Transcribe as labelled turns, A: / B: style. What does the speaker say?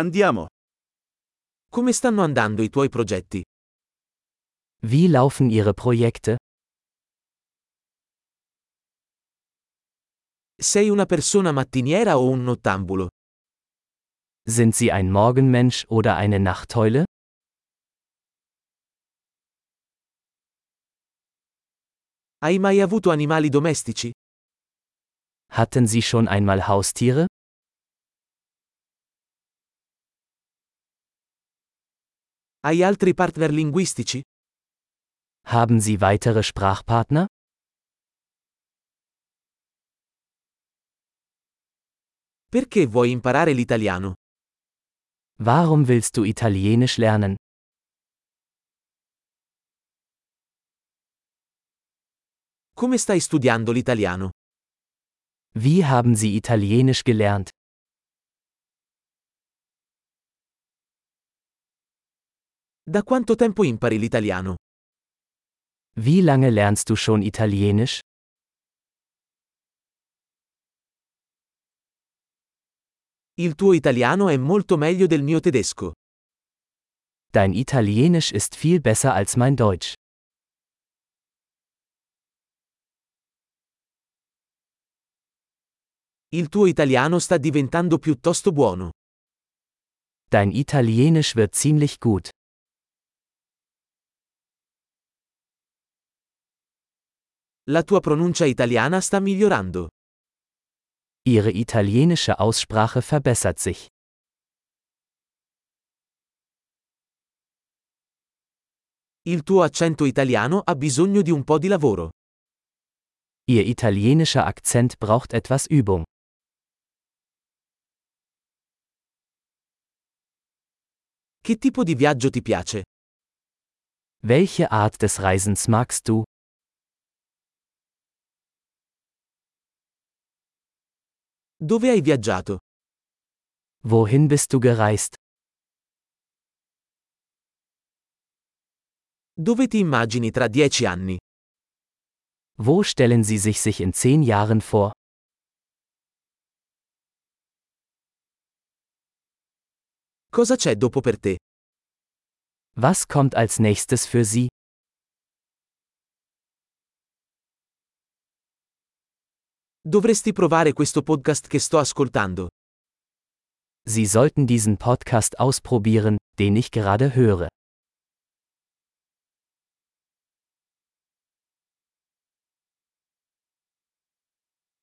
A: Andiamo. Come stanno andando i tuoi progetti?
B: Wie laufen Ihre Projekte?
A: Sei una persona mattiniera o un nottambulo?
B: Sind Sie ein Morgenmensch oder eine Nachteule?
A: Hai mai avuto animali domestici?
B: Hatten Sie schon einmal Haustiere?
A: Hai altri partner linguistici?
B: Haben Sie weitere Sprachpartner?
A: Perché vuoi imparare l'italiano?
B: Warum willst du Italienisch lernen?
A: Come stai studiando l'italiano?
B: Wie haben Sie Italienisch gelernt?
A: Da quanto tempo impari l'italiano?
B: Wie lange lernst du schon Italienisch?
A: Il tuo italiano è molto meglio del mio tedesco.
B: Dein Italienisch ist viel besser als mein Deutsch.
A: Il tuo italiano sta diventando piuttosto buono.
B: Dein Italienisch wird ziemlich gut.
A: La tua pronuncia italiana sta migliorando.
B: Ihre italienische Aussprache verbessert sich.
A: Il tuo accento italiano ha bisogno di un po' di lavoro.
B: Ihr italienischer Akzent braucht etwas Übung.
A: Che tipo di viaggio ti piace?
B: Welche Art des Reisens magst du?
A: Dove hai viaggiato?
B: Wohin bist du gereist?
A: Dove ti immagini tra dieci anni?
B: Wo stellen Sie sich sich in zehn Jahren vor?
A: Cosa c'è dopo per te?
B: Was kommt als nächstes für Sie?
A: Dovresti provare questo podcast che sto ascoltando.
B: Sie sollten diesen Podcast ausprobieren, den ich gerade höre.